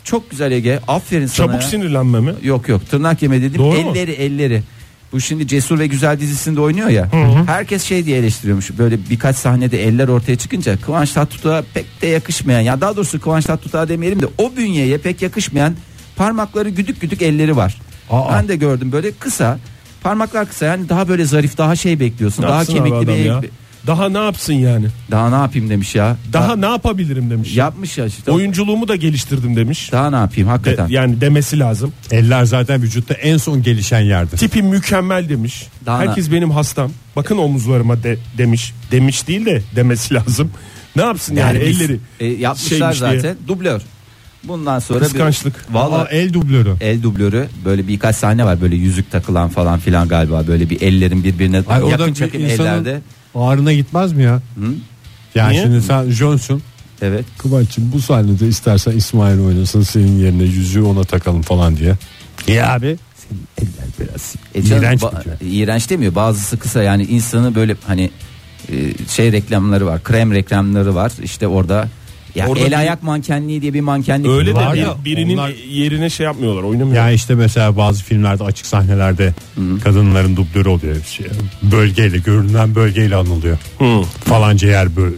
S4: çok güzel Ege. Aferin sana.
S5: Çabuk
S4: ya.
S5: sinirlenme mi?
S4: Yok yok tırnak yeme dedim.
S5: Doğru mu?
S4: elleri elleri. Bu şimdi Cesur ve Güzel dizisinde oynuyor ya. Herkes şey diye eleştiriyormuş. Böyle birkaç sahnede eller ortaya çıkınca Kıvanç Tatlıtuğ'a pek de yakışmayan. Ya daha doğrusu Kıvanç Tatlıtuğ'a demeyelim de o bünyeye pek yakışmayan parmakları güdük güdük elleri var.
S3: Aa.
S4: Ben de gördüm böyle kısa. Parmaklar kısa yani daha böyle zarif daha şey bekliyorsun.
S5: Ne
S4: daha
S5: yapsın abi
S4: kemikli bir
S5: adam
S4: el-
S5: ya? Daha ne yapsın yani?
S4: Daha ne yapayım demiş ya.
S5: Daha
S4: Ya-
S5: ne yapabilirim demiş.
S4: yapmış ya işte.
S5: Oyunculuğumu da geliştirdim demiş.
S4: Daha ne yapayım
S5: De-
S4: hakikaten.
S5: yani demesi lazım.
S3: Eller zaten vücutta en son gelişen yerdir.
S5: Tipim mükemmel demiş.
S4: Daha ne-
S5: Herkes benim hastam. Bakın omuzlarıma de- demiş. Demiş değil de demesi lazım. Ne yapsın yani,
S4: biz-
S5: elleri?
S4: e, yapmışlar
S5: şeymiş diye.
S4: zaten. Dublör. Bundan sonra bir-
S5: Kıskançlık.
S3: Aa,
S4: Vallahi
S3: el dublörü.
S4: el dublörü böyle birkaç sahne var böyle yüzük takılan falan filan galiba böyle bir ellerin birbirine
S3: Ay, o da
S4: yakın
S3: bir
S4: çekim
S3: insanın
S4: ellerde.
S3: Ağrına gitmez mi ya? Yani
S5: Niye?
S3: şimdi sen Johnson
S4: Evet.
S3: Kıvanç'ım bu sahnede istersen İsmail oynasın senin yerine yüzüğü ona takalım falan diye. Ya abi
S4: E canım,
S3: İğrenç
S4: ba-
S3: bitiyor.
S4: iğrenç demiyor. Bazısı kısa yani insanı böyle hani e, şey reklamları var. Krem reklamları var. İşte orada ya
S5: Orada
S4: el
S5: bir-
S4: ayak mankenliği diye bir mankenlik
S5: Öyle de
S3: Var
S5: bir-
S3: ya,
S5: birinin
S3: onlar-
S5: yerine şey yapmıyorlar, oynamıyor.
S3: Ya işte mesela bazı filmlerde açık sahnelerde kadınların dublörü oluyor. Şey, bölgeyle görünen bölgeyle anılıyor. Falanca yer böl-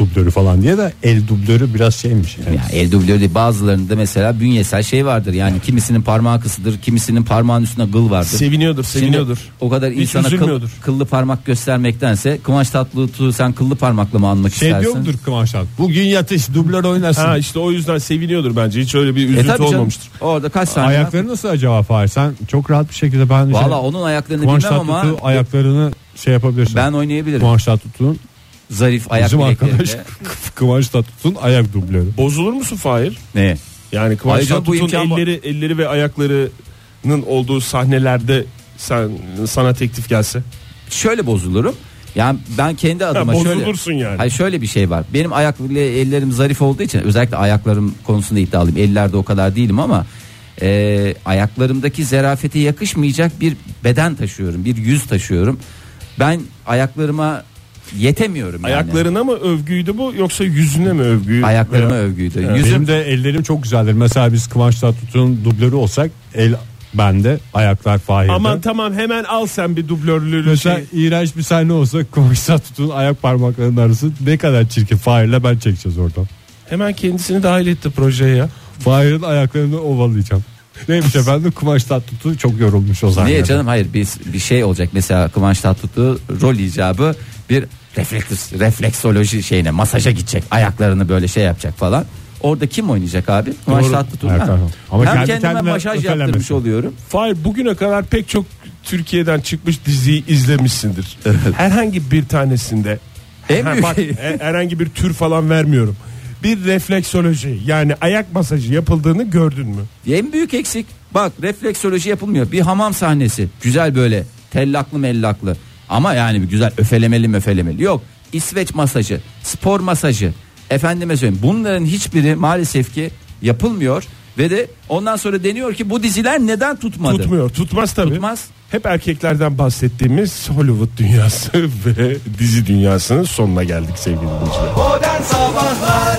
S3: dublörü falan diye de el dublörü biraz şeymiş. Yani.
S4: Ya el dublörü değil, bazılarında mesela bünyesel şey vardır. Yani kimisinin parmağı kısıdır, kimisinin parmağın üstünde gıl vardır.
S5: Seviniyordur, seviniyordur.
S4: Şimdi o kadar
S5: Hiç
S4: insana kıl,
S5: üzülmüyordur.
S4: kıllı parmak göstermektense Kıvanç Tatlıtuğ'u sen kıllı parmakla mı anmak
S3: Şey diyor
S4: istersin?
S3: mudur Kıvanç abi, Bugün yatış dublör oynasın.
S5: Ha işte o yüzden seviniyordur bence. Hiç öyle bir
S4: E
S5: üzüntü
S4: tabii canım.
S5: olmamıştır.
S4: Orada kaç saniye?
S3: Ayakları nasıl acaba Fahir? Sen çok rahat bir şekilde ben şey
S4: Valla onun ayaklarını
S3: Kıvanç
S4: bilmem ama
S3: Tatlıtuğ ayaklarını şey yapabilirsin.
S4: ben oynayabilirim.
S3: Kıvanç Tatlıtuğ'un
S4: Zarif ayak E,
S3: bizim arkadaş
S4: bileklerinde.
S3: Kıvanç Tatlıtuğ'un ayak dublörü.
S5: Bozulur musun Fahir?
S4: Ne?
S5: Yani Kıvanç
S4: Ayrıca bu
S5: Tatlıtuğ'un
S4: imkan var.
S5: elleri, elleri ve ayaklarının olduğu sahnelerde sen sana teklif gelse.
S4: Şöyle bozulurum. Yani ben kendi adıma şöyle
S5: bozulursun yani.
S4: Hayır şöyle bir şey var. Benim ayak ile ellerim zarif olduğu için özellikle ayaklarım konusunda iddialıyım. Ellerde o kadar değilim ama e, ayaklarımdaki zerafete yakışmayacak bir beden taşıyorum. Bir yüz taşıyorum. Ben ayaklarıma yetemiyorum yani.
S5: Ayaklarına mı övgüydü bu yoksa yüzüne mi övgü?
S4: ayaklarıma
S5: Veya-
S4: övgüydü.
S5: Evet.
S4: Yüzüm
S3: Benim de ellerim çok güzeldir. Mesela biz Kıvanç Tatlıtuğ'un dublörü olsak el bende ayaklar Fahir'de.
S5: Aman tamam hemen al sen bir dublörlülü
S3: Mesela
S5: şey.
S3: iğrenç bir sahne olsa Kıvanç Tatlıtuğ'un ayak parmaklarının arası ne kadar çirkin. Fahir'le ben çekeceğiz oradan.
S5: Hemen kendisini dahil etti projeye ya.
S3: Fahir'in ayaklarını ovalayacağım. Neymiş efendim Kıvanç Tatlıtuğ çok yorulmuş o zaman.
S4: Niye canım hayır biz bir şey olacak mesela Kıvanç Tatlıtuğ rol icabı bir refleks refleksoloji şeyine masaja gidecek ayaklarını böyle şey yapacak falan. Orada kim oynayacak abi? Kıvanç
S5: Doğru.
S4: Tatlıtuğ.
S3: Evet,
S4: Ha.
S3: tamam. Ama
S4: hem
S3: kendi
S4: kendime
S3: kendine
S4: masaj
S3: ötelenmesin.
S4: yaptırmış oluyorum.
S5: Fahir bugüne kadar pek çok Türkiye'den çıkmış diziyi izlemişsindir. Herhangi bir tanesinde
S4: En
S5: Ha,
S4: büyük-
S5: bak, e- herhangi bir tür falan vermiyorum. Bir refleksoloji yani ayak masajı yapıldığını gördün mü?
S4: En büyük eksik bak refleksoloji yapılmıyor. Bir hamam sahnesi güzel böyle tellaklı mellaklı ama yani bir güzel öfelemeli möfelemeli yok. İsveç masajı, spor masajı efendime söyleyeyim bunların hiçbiri maalesef ki yapılmıyor ve de ondan sonra deniyor ki bu diziler neden tutmadı?
S5: Tutmuyor. Tutmaz tabii.
S4: Tutmaz.
S5: Hep erkeklerden bahsettiğimiz Hollywood dünyası ve dizi dünyasının sonuna geldik sevgili dinleyiciler.
S2: Modern Sabahlar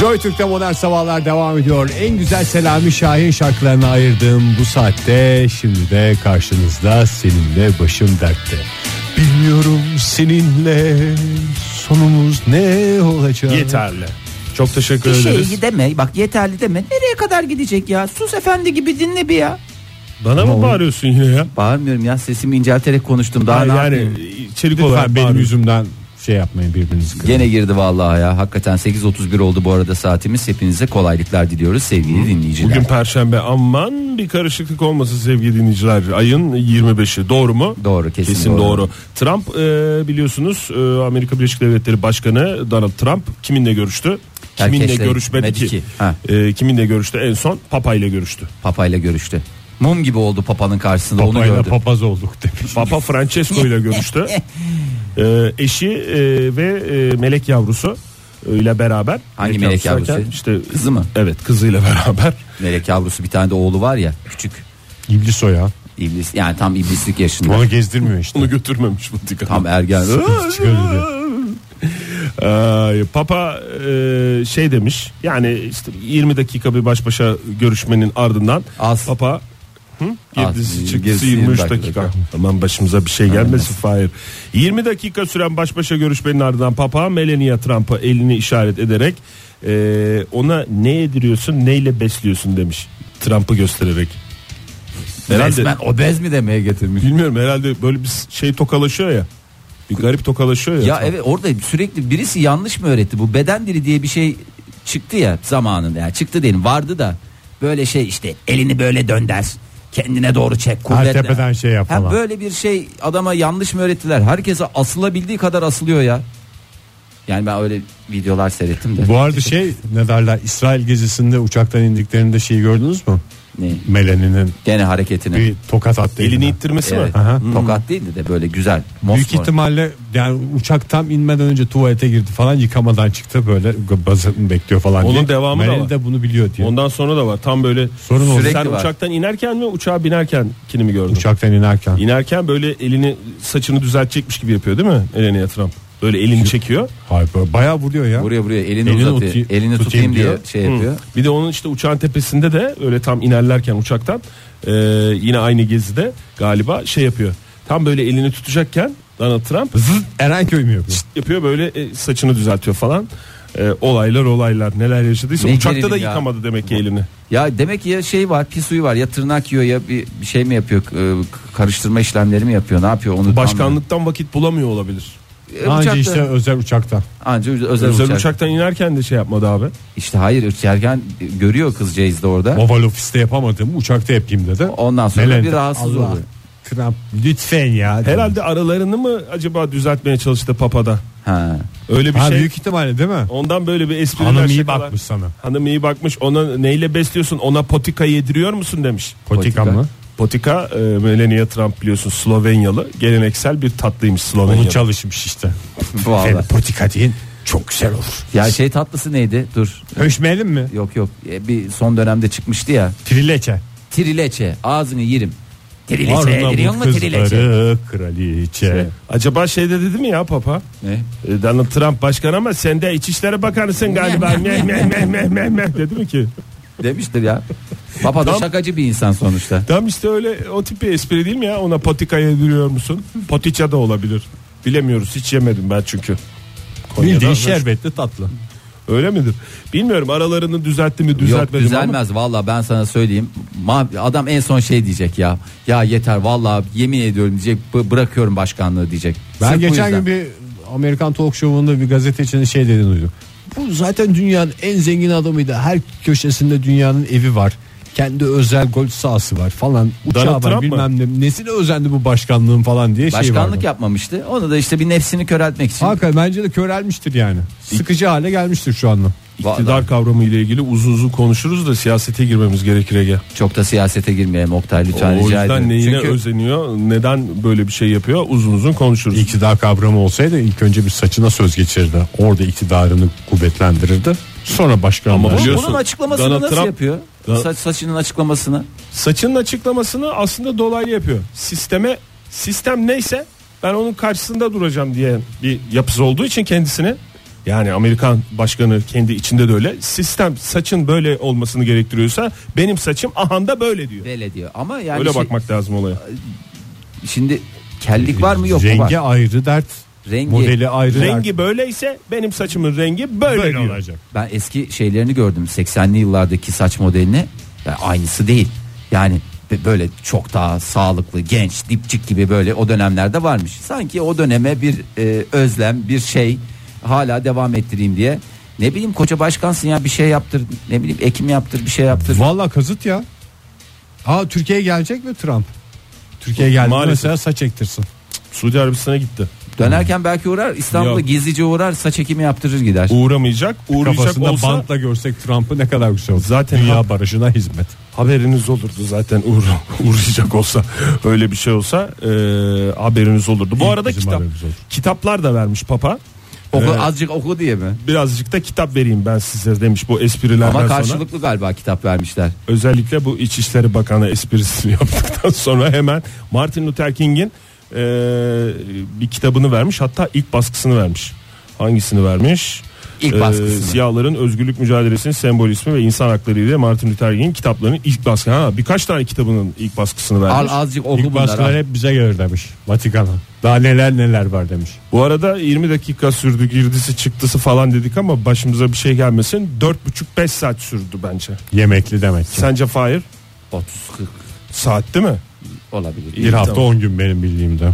S3: Joy Türk'te modern sabahlar devam ediyor. En güzel Selami Şahin şarkılarına ayırdığım bu saatte şimdi de karşınızda seninle başım dertte. Bilmiyorum seninle sonumuz ne olacak?
S5: Yeterli. Çok teşekkür
S4: Bir
S5: ederiz.
S4: şey deme bak yeterli deme nereye kadar gidecek ya sus efendi gibi dinle bir ya.
S5: Bana mı bağırıyorsun yine ya?
S4: Bağırmıyorum ya sesimi incelterek konuştum daha
S5: Ha,
S4: ne
S5: yani
S4: yapayım?
S5: içerik olarak
S3: Lütfen benim
S5: bağırıyorsun.
S3: yüzümden şey yapmayın birbirinizi kırın.
S4: Gene girdi vallahi ya. Hakikaten 8.31 oldu bu arada saatimiz. Hepinize kolaylıklar diliyoruz sevgili dinleyiciler.
S5: Bugün Perşembe aman bir karışıklık olmasın sevgili dinleyiciler. Ayın 25'i doğru mu?
S4: Doğru, kesin doğru.
S5: Trump e, biliyorsunuz e, Amerika Birleşik Devletleri Başkanı Donald Trump kiminle görüştü? Kiminle
S4: Herkesle
S5: görüşmedi
S4: gitmedi
S5: ki?
S4: ki. şey, Ha.
S5: E, kiminle görüştü en son? Papa ile görüştü.
S4: Papayla görüştü. Mum gibi oldu papanın karşısında onu
S3: Papayla
S4: gördü.
S3: papaz olduk demiş.
S5: Papa Francesco ile görüştü. E, eşi e, ve e, melek yavrusu e, ile beraber.
S4: Hangi melek yavrusu?
S5: İşte
S4: Kızı mı?
S5: Evet, kızıyla beraber.
S4: Melek yavrusu bir tane de oğlu var ya küçük.
S3: İblis o ya.
S4: İblis yani tam iblislik yaşında.
S3: Onu gezdirmiyor işte.
S5: Onu götürmemiş Vatikan.
S4: tam ergen.
S3: Çıkarıyor diyor.
S5: Ee, Papa e, şey demiş yani işte 20 dakika bir baş başa görüşmenin ardından
S4: Az.
S5: Papa Hı?
S4: Az.
S5: Girdisi çıktısı
S4: Gerisi 20
S5: 23 dakika.
S4: dakika.
S5: Aman başımıza bir şey gelmesin Fahir. 20 dakika süren baş başa görüşmenin ardından Papa Melania Trump'a elini işaret ederek e, ona ne yediriyorsun neyle besliyorsun demiş. Trump'ı göstererek.
S4: Resmen obez mi demeye getirmiş.
S5: Bilmiyorum herhalde böyle bir şey tokalaşıyor ya. Bir garip tokalaşıyor ya.
S4: Ya evet orada sürekli birisi yanlış mı öğretti bu beden dili diye bir şey çıktı ya zamanında ya çıktı değil vardı da böyle şey işte elini böyle dönder kendine doğru çek kuvvetle.
S3: tepeden şey yap
S4: Ha,
S3: falan.
S4: böyle bir şey adama yanlış mı öğrettiler herkese asılabildiği kadar asılıyor ya. Yani ben öyle videolar seyrettim de.
S3: Bu arada şey ne derler İsrail gezisinde uçaktan indiklerinde şeyi gördünüz mü?
S4: Ne?
S3: Melani'nin
S4: Gene hareketini.
S3: bir tokat attı.
S5: Elini
S3: eline.
S5: ittirmesi mi?
S4: Evet.
S3: Aha.
S4: Hmm. Tokat değildi de böyle güzel.
S3: Büyük
S4: mosmor.
S3: ihtimalle yani uçak tam inmeden önce tuvalete girdi falan yıkamadan çıktı böyle bazını bekliyor falan
S5: Onun
S3: diye.
S5: devamı da
S3: Melanie
S5: var.
S3: de bunu biliyor diye.
S5: Ondan sonra da var. Tam böyle
S3: e. Sorun oldu.
S5: sen
S4: Sürekli var.
S5: uçaktan inerken mi uçağa binerken kini mi gördün?
S3: Uçaktan inerken.
S5: İnerken böyle elini saçını düzeltecekmiş gibi yapıyor değil mi? Elini Trump. Böyle elini çekiyor.
S3: Hayır, böyle bayağı vuruyor ya.
S4: Buraya buraya elini,
S3: Elini
S4: uzatıyor.
S3: uti-
S4: elini
S3: tutayım
S4: tutayım diye
S3: diyor.
S4: şey yapıyor.
S5: Bir de onun işte uçağın tepesinde de öyle tam inerlerken uçaktan e, yine aynı gezide galiba şey yapıyor. Tam böyle elini tutacakken Donald Trump
S3: Zıt Erenköy mü yapıyor?
S5: zıt yapıyor böyle e, saçını düzeltiyor falan. E, olaylar olaylar neler yaşadıysa
S4: Ne
S5: uçakta da
S4: gerilim ya.
S5: yıkamadı demek ki elini.
S4: Ya demek ki ya şey var pis suyu var ya tırnak yiyor ya bir, bir şey mi yapıyor e, karıştırma işlemleri mi yapıyor ne yapıyor onu
S5: Başkanlıktan vakit bulamıyor olabilir.
S4: tam- E,
S3: Anca
S4: uçakta-
S3: işte özel uçaktan.
S4: anca özel,
S5: Özel
S4: uçak.
S5: uçaktan inerken de şey yapmadı abi.
S4: İşte hayır uçarken görüyor kızcağız da orada.
S3: Oval ofiste yapamadım uçakta yapayım dedi.
S4: Ondan sonra
S3: Melanie
S4: bir
S3: de,
S4: rahatsız
S3: "Allah,
S4: oluyor.
S3: Trump lütfen ya.
S5: Herhalde aralarını mı acaba düzeltmeye çalıştı papada?
S4: Ha.
S5: Öyle bir
S3: Ha,
S5: şey.
S3: büyük ihtimalle değil mi?
S5: Ondan böyle bir espri.
S3: Hanım iyi bakmış sana.
S5: Hanım iyi bakmış. Ona neyle besliyorsun? Ona potika yediriyor musun demiş.
S3: Potika mı?
S5: Potika e, Melania Trump biliyorsun Slovenyalı. Geleneksel bir tatlıymış Slovenyalı.
S3: Onu çalışmış işte.
S4: Valla.
S3: Potika deyin çok güzel olur.
S4: Ya şey tatlısı neydi? Dur.
S3: Höşmeyelim mi?
S4: Yok yok. E, bir son dönemde çıkmıştı ya.
S3: Trileçe.
S4: Trileçe. Ağzını yerim. Trileçe. Giriyor
S3: Arnavut
S4: mu trileçe?
S3: kızları kraliçe.
S5: Acaba şey de dedi mi ya papa?
S4: Ne?
S5: E, Donald Trump başkan ama sen de İçişleri Bakanısın galiba. meh meh meh meh meh meh dedi mi ki?
S4: Demiştir ya. Papa da
S5: Tam-
S4: şakacı bir insan sonuçta.
S5: Tam işte öyle o tip bir espri değil mi ya? Ona potika yediriyor musun? Potiça da olabilir. Bilemiyoruz hiç yemedim ben çünkü. Konya'da-
S3: Bildiğin şerbetli tatlı.
S5: Öyle midir? Bilmiyorum aralarını düzeltti mi
S4: Yok
S5: düzeltmedi mi ama
S4: düzelmez valla ben sana söyleyeyim. Ma- Adam en son şey diyecek ya. Ya yeter valla yemin ediyorum diyecek. "B- bırakıyorum başkanlığı diyecek.
S3: Ben
S4: Sırf bu
S3: geçen
S4: yüzden.
S3: gün bir Amerikan talk show'unda bir gazetecinin şey dediğini duydum. Bu zaten dünyanın en zengin adamıydı. Her köşesinde dünyanın evi var. Kendi özel golf sahası var falan. Uçağı
S5: Donald
S3: var
S5: Trump mı?
S3: bilmem ne. Nesine özendi bu başkanlığın falan diye şey vardı.
S4: Başkanlık yapmamıştı. Onu da işte bir nefsini köreltmek için.
S3: Hakikaten bence de körelmiştir yani. Sıkıcı hale gelmiştir şu anda.
S5: iktidar kavramı ile ilgili uzun uzun konuşuruz da siyasete girmemiz gerekir Ege.
S4: Çok da siyasete girmeyelim Oktay lütfen
S5: o
S4: rica
S5: yüzden
S4: ediyorum.
S5: neyine
S4: Çünkü
S5: özeniyor, neden böyle bir şey yapıyor uzun uzun konuşuruz.
S3: İktidar kavramı olsaydı ilk önce bir saçına söz geçirdi. Orada iktidarını kuvvetlendirirdi. Sonra başkanlığa.
S5: Ama
S3: Ama
S5: bu-
S4: bunun,
S5: biliyorsun,
S4: bunun açıklamasını
S5: Donald
S4: nasıl
S5: Trump-
S4: yapıyor?
S5: Donald-
S4: Saç, saçının açıklamasını.
S5: Saçının açıklamasını aslında dolaylı yapıyor. Sisteme sistem neyse ben onun karşısında duracağım diye bir yapısı olduğu için kendisini yani Amerikan başkanı kendi içinde de öyle sistem saçın böyle olmasını gerektiriyorsa benim saçım ahanda böyle diyor.
S4: Böyle diyor. Ama yani
S5: öyle
S4: şey-
S5: bakmak lazım olaya.
S4: şimdi kellik var mı yok mu?
S3: Rengi
S4: Var.
S3: ayrı dert.
S4: Rengi.
S3: Modeli ayrı dert.
S5: Rengi böyleyse benim saçımın rengi böyle,
S3: Böyle
S5: diyor.
S3: olacak.
S4: Ben eski şeylerini gördüm 80'li yıllardaki saç modelini Yani aynısı değil. Yani b- böyle çok daha sağlıklı genç dipçik gibi böyle o dönemlerde varmış. Sanki o döneme bir e, özlem bir şey hala devam ettireyim diye. Ne bileyim koca başkansın ya bir şey yaptır ne bileyim ekim yaptır bir şey yaptır.
S3: Valla kazıt ya. Aa Türkiye'ye gelecek mi Trump? Türkiye'ye geldi
S5: Maalesef.
S3: mesela saç ektirsin.
S5: Suudi Arabistan'a gitti.
S4: Dönerken belki uğrar İstanbul'a
S5: Yok.
S4: gizlice uğrar saç ekimi yaptırır gider.
S5: Uğramayacak. Uğrayacak
S3: Kafasında
S5: olsa
S3: bantla görsek Trump'ı ne kadar güzel olur.
S5: Zaten
S3: dünya
S5: hap-
S3: barışına hizmet.
S5: haberiniz olurdu zaten uğra- uğrayacak olsa öyle bir şey olsa e, haberiniz olurdu. Bu
S3: İlk
S5: arada
S3: bizim
S5: kitap
S3: haberimiz olur.
S5: kitaplar da vermiş papa.
S4: Oku,
S5: Evet.
S4: azıcık oku diye mi?
S5: Birazcık da kitap vereyim ben size demiş bu esprilerden
S4: Ama
S5: sonra.
S4: karşılıklı galiba kitap vermişler.
S5: Özellikle bu İçişleri Bakanı esprisini yaptıktan sonra hemen Martin Luther King'in e, bir kitabını vermiş hatta ilk baskısını vermiş. Hangisini vermiş?
S4: İlk
S5: Ee,
S4: baskısını.
S5: siyahların özgürlük mücadelesinin sembol ismi ve insan hakları ile Martin Luther King kitaplarının ilk baskı. Ha, birkaç tane kitabının ilk baskısını
S4: Al
S5: vermiş.
S4: azıcık
S3: İlk
S4: oku bunları.
S3: baskılar
S4: al.
S3: hep bize gelir demiş. Vatikan'a. Daha neler neler var demiş.
S5: Bu arada 20 dakika sürdü girdisi çıktısı falan dedik ama başımıza bir şey gelmesin. 4,5-5 saat sürdü bence.
S3: Yemekli demek ki.
S5: Sence Fahir?
S4: 30-40
S5: Saat değil mi?
S4: olabilir.
S3: bir hafta 10 gün benim bildiğimde.